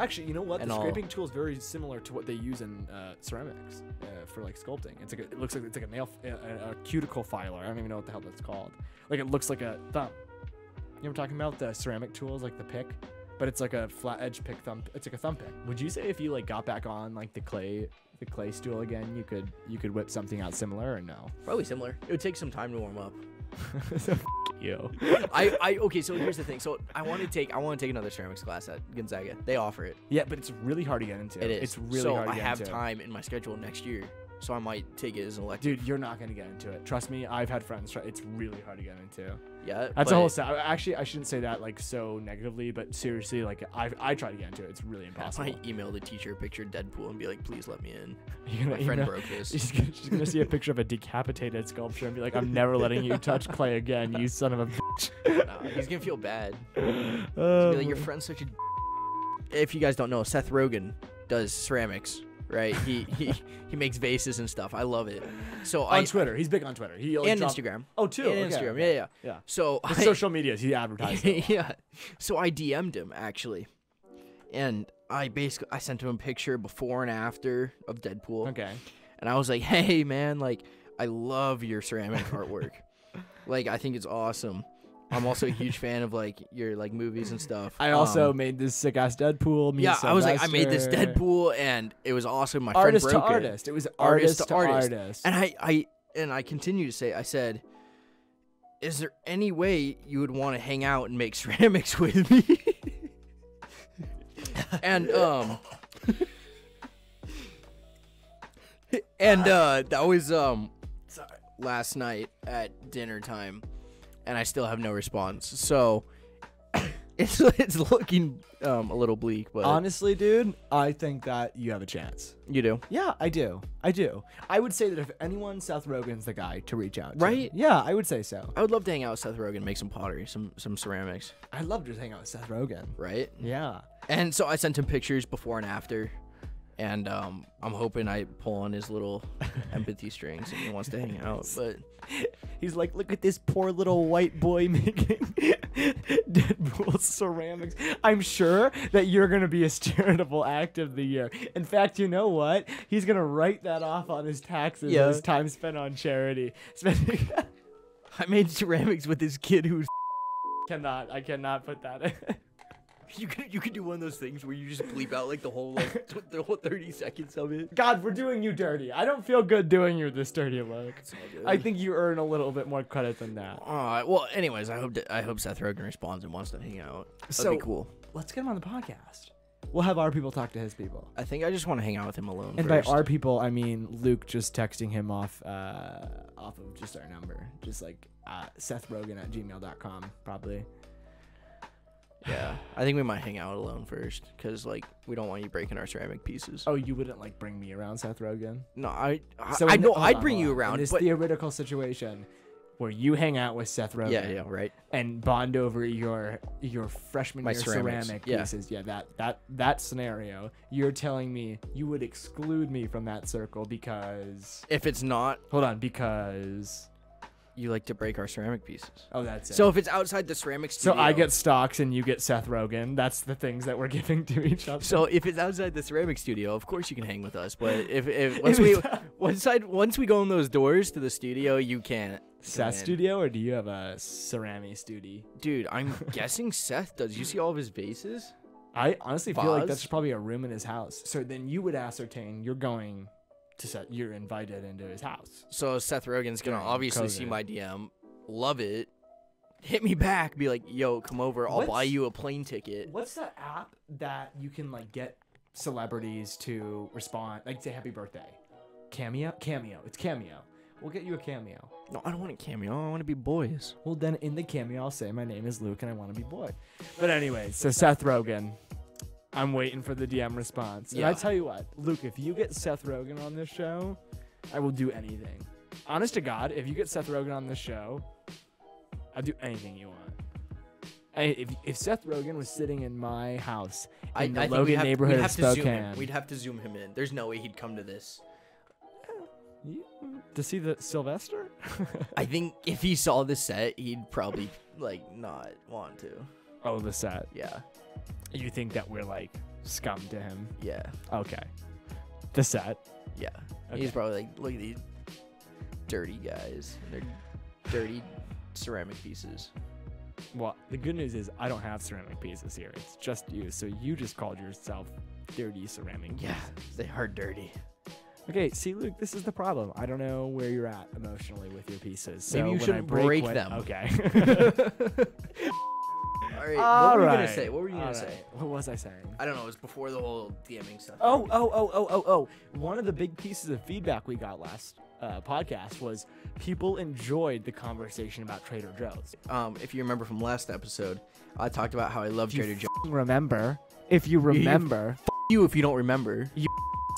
Speaker 1: Actually, you know what?
Speaker 2: And
Speaker 1: the
Speaker 2: I'll-
Speaker 1: scraping tool is very similar to what they use in uh, ceramics uh, for like sculpting. It's like a, it looks like it's like a nail, f- a, a- a cuticle filer. I don't even know what the hell that's called. Like it looks like a thumb. You know what I'm talking about? The ceramic tools, like the pick, but it's like a flat edge pick thumb. It's like a thumb pick. Would you say if you like got back on like the clay, the clay stool again, you could you could whip something out similar or no?
Speaker 2: Probably similar. It would take some time to warm up.
Speaker 1: so f- you.
Speaker 2: I, I okay. So here's the thing. So I want to take I want to take another ceramics class at Gonzaga. They offer it.
Speaker 1: Yeah, but it's really hard to get into.
Speaker 2: It is.
Speaker 1: It's really
Speaker 2: so
Speaker 1: hard to
Speaker 2: I
Speaker 1: get
Speaker 2: have
Speaker 1: into.
Speaker 2: time in my schedule next year, so I might take it as an elective.
Speaker 1: Dude, you're not gonna get into it. Trust me, I've had friends try. It's really hard to get into.
Speaker 2: yeah,
Speaker 1: That's
Speaker 2: but-
Speaker 1: a whole. Sa- actually, I shouldn't say that like so negatively, but seriously, like I I try to get into it. It's really
Speaker 2: I
Speaker 1: impossible.
Speaker 2: might email the teacher a picture of Deadpool and be like, please let me in.
Speaker 1: You're gonna
Speaker 2: My friend
Speaker 1: email-
Speaker 2: broke his.
Speaker 1: She's gonna, she's gonna see a picture of a decapitated sculpture and be like, "I'm never letting you touch clay again, you son of a."
Speaker 2: Nah, he's gonna feel bad. He's
Speaker 1: bitch."
Speaker 2: gonna be
Speaker 1: Um,
Speaker 2: like, your friend's such a. d-." If you guys don't know, Seth Rogen does ceramics, right? He he he makes vases and stuff. I love it. So
Speaker 1: on
Speaker 2: I
Speaker 1: Twitter, he's big on Twitter. He like,
Speaker 2: and
Speaker 1: dropped-
Speaker 2: Instagram.
Speaker 1: Oh, too.
Speaker 2: And
Speaker 1: okay.
Speaker 2: Instagram. Yeah, yeah.
Speaker 1: Yeah.
Speaker 2: So
Speaker 1: His
Speaker 2: I-
Speaker 1: social medias, he advertises. it.
Speaker 2: yeah. So I DM'd him actually, and I basically I sent him a picture before and after of Deadpool,
Speaker 1: Okay.
Speaker 2: and I was like, "Hey man, like I love your ceramic artwork. like I think it's awesome. I'm also a huge fan of like your like movies and stuff.
Speaker 1: I also
Speaker 2: Um,
Speaker 1: made this sick ass Deadpool. Me and
Speaker 2: yeah, I was like, I made this
Speaker 1: Sylvester.
Speaker 2: Deadpool, and it was awesome. My
Speaker 1: artist to
Speaker 2: friend broke it.
Speaker 1: artist. It was artist, to artist.
Speaker 2: And I, I and I continue to say, I said, Is there any way you would want to hang out and make ceramics with me? and um And uh that was um last night at dinner time and I still have no response. So it's it's looking um a little bleak, but
Speaker 1: Honestly, dude, I think that you have a chance.
Speaker 2: you do.
Speaker 1: Yeah, I do. I do. I would say that if anyone, Seth Rogen's the guy to reach out. to.
Speaker 2: Right?
Speaker 1: Yeah, I would say so.
Speaker 2: I would love to hang out with Seth Rogen, make some pottery, some some ceramics,
Speaker 1: I'd love to hang out with Seth Rogen.
Speaker 2: right?
Speaker 1: Yeah.
Speaker 2: And so I sent him pictures before and after. and um, I'm hoping I pull on his little empathy strings and he wants to hang out. But
Speaker 1: He's like, look at this poor little white boy making Deadpool ceramics. I'm sure that you're going to be his charitable act of the year. In fact, you know what? He's going to write that off on his taxes
Speaker 2: Yeah.
Speaker 1: as time spent on charity. Spending.
Speaker 2: I made ceramics with this kid who's.
Speaker 1: cannot. I cannot put that in.
Speaker 2: You could you could do one of those things where you just bleep out like the whole like tw- the whole thirty seconds of it.
Speaker 1: God, we're doing you dirty. I don't feel good doing you this dirty look. I think you earn a little bit more credit than that.
Speaker 2: All right. Well, anyways, I hope that, I hope Seth Rogen responds and wants to hang out. That'd
Speaker 1: So-
Speaker 2: be cool.
Speaker 1: Let's get him on the podcast. We'll have our people talk to his people.
Speaker 2: I think I just want to hang out with him alone.
Speaker 1: And
Speaker 2: first.
Speaker 1: by our people, I mean Luke just texting him off uh, off of just our number. Just like uh, Seth Rogen at gmail.com, probably.
Speaker 2: yeah, I think we might hang out alone first because like we don't want you breaking our ceramic pieces.
Speaker 1: Oh, you wouldn't like bring me around, Seth Rogen?
Speaker 2: No, I I,
Speaker 1: So
Speaker 2: I
Speaker 1: in the-
Speaker 2: know
Speaker 1: hold
Speaker 2: I'd
Speaker 1: on,
Speaker 2: bring
Speaker 1: hold on.
Speaker 2: you
Speaker 1: Uh-huh. In
Speaker 2: around,
Speaker 1: this
Speaker 2: but
Speaker 1: theoretical situation where you hang out with Seth Rogen.
Speaker 2: yeah, yeah, right.
Speaker 1: and bond over your your freshman
Speaker 2: My
Speaker 1: year
Speaker 2: ceramics,
Speaker 1: ceramic
Speaker 2: yeah.
Speaker 1: pieces. Yeah, that that that scenario. You're telling me you would exclude me from that circle because
Speaker 2: If it's not,
Speaker 1: hold on, because
Speaker 2: you like to break our ceramic pieces.
Speaker 1: oh that's it.
Speaker 2: So if it's outside the ceramic
Speaker 1: so
Speaker 2: studio,
Speaker 1: I get stocks and you get Seth Rogen. That's the things that we're giving to each other.
Speaker 2: So if it's outside the ceramic studio, of course you can hang with us. But if, if once
Speaker 1: If
Speaker 2: we
Speaker 1: it's-
Speaker 2: once I, once we go in those doors to the studio, you can't. come
Speaker 1: Seth
Speaker 2: in.
Speaker 1: studio or do you have a ceramic studio?
Speaker 2: dude. I'm guessing Seth does. You see all of his bases?
Speaker 1: I honestly feel like that's
Speaker 2: Vase?
Speaker 1: probably a room in his house. So then you would ascertain you're going to set you're invited into his house.
Speaker 2: So Seth Rogen's gonna
Speaker 1: During
Speaker 2: obviously see
Speaker 1: COVID.
Speaker 2: my DM, love it, hit me back, be like, "Yo, come over. I'll buy
Speaker 1: What's-
Speaker 2: you a plane ticket."
Speaker 1: What's that app that you can like get celebrities to respond, like say happy birthday? Cameo? Cameo. It's Cameo. We'll get you a cameo.
Speaker 2: No, I don't want a cameo. I want to be boys.
Speaker 1: Well, then in the cameo, I'll say my name is Luke and I want to be boy. But anyway, so Seth Rogen. I'm waiting for the DM response. And I
Speaker 2: Yeah.
Speaker 1: tell you what, Luke, if you get Seth Rogen on this show, I will do anything. Honest to God, if you get Seth Rogen on this show, I'll do anything you want. I, if, if Seth Rogen was sitting in my house in
Speaker 2: I,
Speaker 1: the
Speaker 2: I think
Speaker 1: Logan
Speaker 2: we have,
Speaker 1: neighborhood
Speaker 2: we'd
Speaker 1: of
Speaker 2: have to zoom
Speaker 1: Spokane,
Speaker 2: him. We'd have to zoom him in. There's no way he'd come to this.
Speaker 1: You- to see the Sylvester,
Speaker 2: I think if he saw the set, he'd probably like not want to.
Speaker 1: oh the set.
Speaker 2: Yeah,
Speaker 1: You think that we're like scum to him?
Speaker 2: yeah,
Speaker 1: Okay, the set.
Speaker 2: yeah.
Speaker 1: Okay.
Speaker 2: He's probably like, "Look at these dirty guys. They're dirty ceramic pieces."
Speaker 1: Well, the good news is I don't have ceramic pieces here. It's just you. So you just called yourself dirty ceramic.
Speaker 2: Yeah, they are dirty.
Speaker 1: Okay. See, Luke, this is the problem. I don't know where you're at emotionally with your pieces. So
Speaker 2: Maybe you
Speaker 1: when I
Speaker 2: shouldn't
Speaker 1: break,
Speaker 2: break
Speaker 1: what-
Speaker 2: them.
Speaker 1: Okay.
Speaker 2: All right.
Speaker 1: All
Speaker 2: what were you
Speaker 1: right,
Speaker 2: gonna say? What were you gonna
Speaker 1: all
Speaker 2: say?
Speaker 1: right, What was I saying?
Speaker 2: I don't know. It was before the whole DMing stuff.
Speaker 1: Oh, oh, oh, oh, oh, oh. One of the big pieces of feedback we got last uh, podcast was people enjoyed the conversation about Trader Joe's.
Speaker 2: Um, if you remember from last episode, I talked about how I love
Speaker 1: you
Speaker 2: Trader Joe's.
Speaker 1: f***ing remember, if you remember,
Speaker 2: You, if you don't remember.
Speaker 1: f-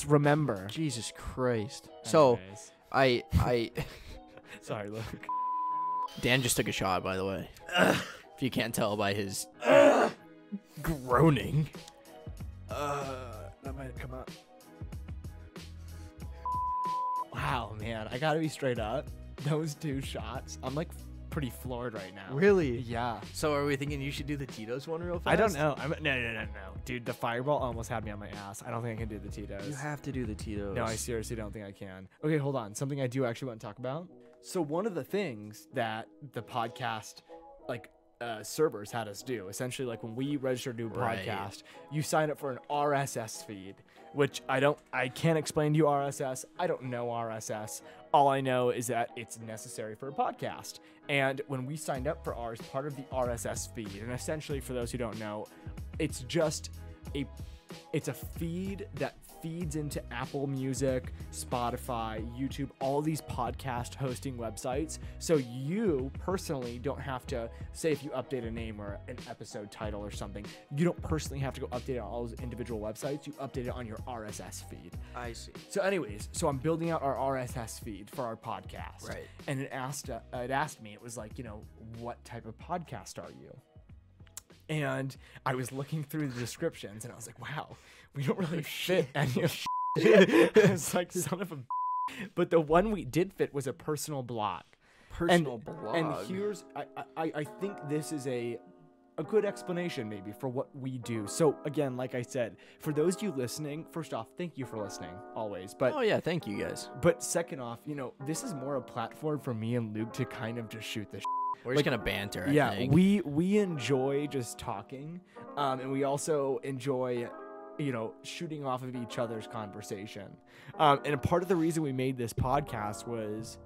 Speaker 1: remember.
Speaker 2: Jesus Christ. So
Speaker 1: Anyways.
Speaker 2: I, I,
Speaker 1: sorry, Luke.
Speaker 2: Dan just took a shot, by the way. if you can't tell by his groaning. Uh, that might come out.
Speaker 1: Wow, man, I gotta be straight up. Those two shots, I'm like pretty floored right now.
Speaker 2: Really?
Speaker 1: Yeah.
Speaker 2: So are we thinking you should do the Tito's one real fast?
Speaker 1: I don't know. I'm, no, no, no, no, dude. The fireball almost had me on my ass. I don't think I can do the Tito's.
Speaker 2: You have to do the Tito's.
Speaker 1: No, I seriously don't think I can. Okay, hold on. Something I do actually want to talk about. So one of the things that the podcast, like uh, servers, had us do, essentially, like when we register to a
Speaker 2: Right.
Speaker 1: podcast, you sign up for an RSS feed, which I don't, I can't explain to you RSS. I don't know RSS. All I know is that it's necessary for a podcast. And when we signed up for ours, part of the RSS feed, and essentially for those who don't know, it's just a it's a feed that feeds into Apple Music, Spotify, YouTube, all these podcast hosting websites. So you personally don't have to say if you update a name or an episode title or something. You don't personally have to go update it on all those individual websites. You update it on your RSS feed.
Speaker 2: I see.
Speaker 1: So, anyways, so I'm building out our RSS feed for our podcast,
Speaker 2: Right.
Speaker 1: And it asked uh, it asked me, it was like, you know, what type of podcast are you? And I was looking through the descriptions, and I was like, wow, we don't really fit any of it's like son of a. But the one we did fit was a personal blog.
Speaker 2: Personal
Speaker 1: And
Speaker 2: blog.
Speaker 1: here's I, I I think this is a a good explanation maybe for what we do. So again, like I said, for those of you listening, first off, thank you for listening always. But
Speaker 2: oh yeah, thank you guys.
Speaker 1: but second off, you know, this is more a platform for me and Luke to kind of just shoot the
Speaker 2: We're just gonna banter. I
Speaker 1: yeah
Speaker 2: think.
Speaker 1: we we enjoy just talking um, and we also enjoy you know shooting off of each other's conversation um, and a part of the reason we made this podcast was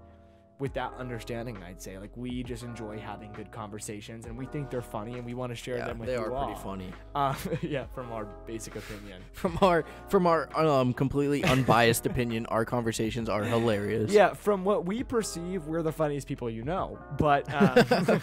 Speaker 1: with that understanding i'd say like we just enjoy having good conversations and we think they're funny and we want to share
Speaker 2: yeah,
Speaker 1: them with
Speaker 2: they
Speaker 1: you
Speaker 2: are
Speaker 1: all.
Speaker 2: pretty funny.
Speaker 1: um, yeah from our basic opinion
Speaker 2: From our from our um completely unbiased opinion, our conversations are hilarious.
Speaker 1: Yeah, from what we perceive, we're the funniest people you know. But um,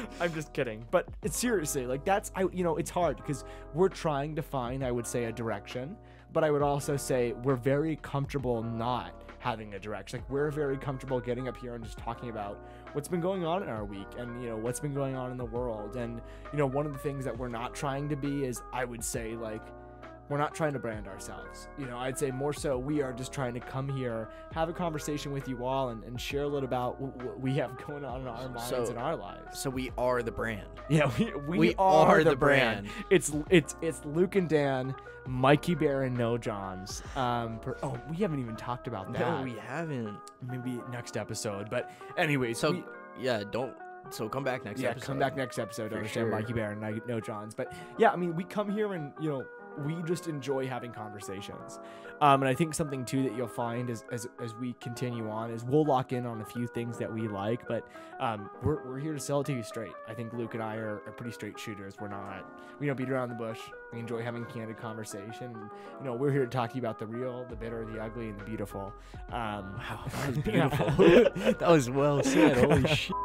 Speaker 1: I'm just kidding. But it's seriously like that's I you know it's hard because we're trying to find I would say a direction, but I would also say we're very comfortable not having a direction. Like we're very comfortable getting up here and just talking about what's been going on in our week and you know what's been going on in the world. And you know one of the things that we're not trying to be is I would say like we're not trying to brand ourselves. You know, I'd say more so we are just trying to come here, have a conversation with you all, and, and share a little about what, what we have going on in our minds
Speaker 2: So-
Speaker 1: and our lives.
Speaker 2: So we are the brand.
Speaker 1: Yeah, we, we,
Speaker 2: We
Speaker 1: are,
Speaker 2: are
Speaker 1: the,
Speaker 2: the
Speaker 1: brand.
Speaker 2: brand.
Speaker 1: It's it's it's Luke and Dan, Mikey Bear and No Johns. Um, per, oh, we haven't even talked about that.
Speaker 2: No, we haven't.
Speaker 1: Maybe next episode. But anyways,
Speaker 2: So
Speaker 1: we-
Speaker 2: yeah, don't. So come back next
Speaker 1: yeah,
Speaker 2: episode.
Speaker 1: come back next episode.
Speaker 2: For
Speaker 1: I understand
Speaker 2: sure.
Speaker 1: Mikey Bear and I know John's, but yeah, I mean, we come here and you know we just enjoy having conversations. Um, and I think something too that you'll find as, as as we continue on is we'll lock in on a few things that we like, but um, we're we're here to sell it to you straight. I think Luke and I are, are pretty straight shooters. We're not we don't beat around the bush. We enjoy having candid conversation. And, you know, we're here to talk to you about the real, the bitter, the ugly, and the beautiful. Um,
Speaker 2: Wow, that was beautiful. that was well said. Holy shit.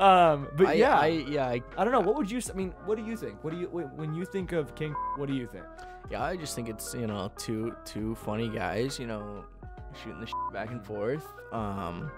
Speaker 1: um, but
Speaker 2: I,
Speaker 1: yeah.
Speaker 2: I, yeah, I,
Speaker 1: I don't know. What would you? s- I mean, what do you think? What do you wh- when you think of King? What do you think?
Speaker 2: yeah. I just think it's you know two two funny guys you know shooting the shit back and forth. Um,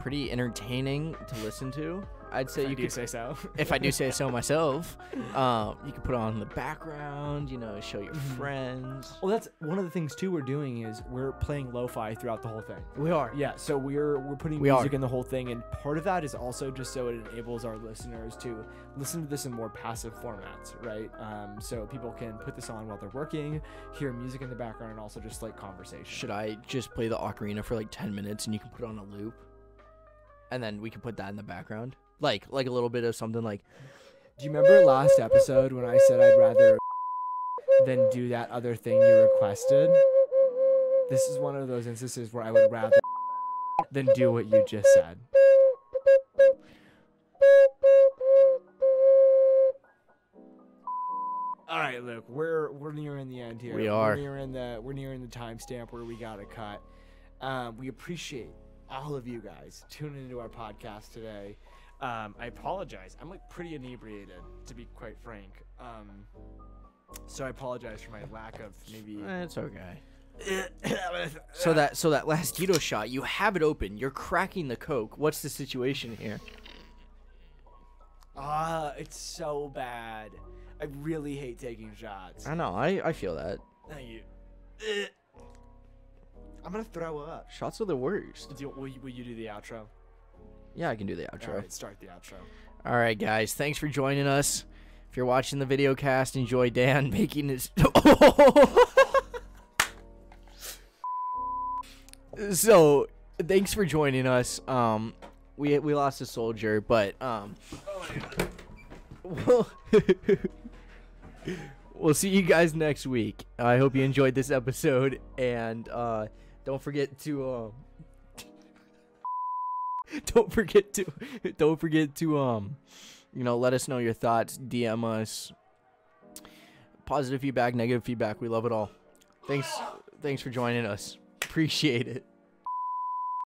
Speaker 2: pretty entertaining to listen to. I'd say you could
Speaker 1: say so.
Speaker 2: if I do say so myself, um, you can put on the background, you know, show your
Speaker 1: Mhm.
Speaker 2: friends.
Speaker 1: Well, that's one of the things too. We're doing is we're playing lo-fi throughout the whole thing.
Speaker 2: We are.
Speaker 1: Yeah, so we're we're putting
Speaker 2: We
Speaker 1: music
Speaker 2: are.
Speaker 1: in the whole thing, and part of that is also just so it enables our listeners to listen to this in more passive formats, right? Um, so people can put this on while they're working, hear music in the background, and also just like conversation.
Speaker 2: Should I just play the ocarina for like 10 minutes and you can put on a loop? And then we can put that in the background. Like like a little bit of something like
Speaker 1: Do you remember last episode when I said I'd rather than do that other thing you requested? This is one of those instances where I would rather than do what you just said. All right, Luke, we're we're nearing the end here.
Speaker 2: We are.
Speaker 1: We're nearing the we're nearing the timestamp where we got to cut. Um, we appreciate all of you guys tuning into our podcast today. Um, I apologize. I'm like pretty inebriated, to be quite frank. Um, so I apologize for my lack of maybe.
Speaker 2: that's "Eh, okay. So that so that last Tito shot, you have it open. You're cracking the coke. What's the situation here?
Speaker 1: ah, it's so bad. I really hate taking shots.
Speaker 2: I know. I I feel that.
Speaker 1: Thank you. I'm gonna throw up.
Speaker 2: Shots are the worst.
Speaker 1: Do- Will you, will you do the outro?
Speaker 2: Yeah, I can do the outro.
Speaker 1: All right, start the outro.
Speaker 2: All right, guys. Thanks for joining us. If you're watching the video cast, enjoy Dan making his. so, thanks for joining us. Um, we we lost a soldier, but um, we'll, we'll see you guys next week. I hope you enjoyed this episode, and uh, don't forget to um, don't forget to don't forget to um you know let us know your thoughts dm us positive feedback negative feedback we love it all thanks thanks for joining us appreciate it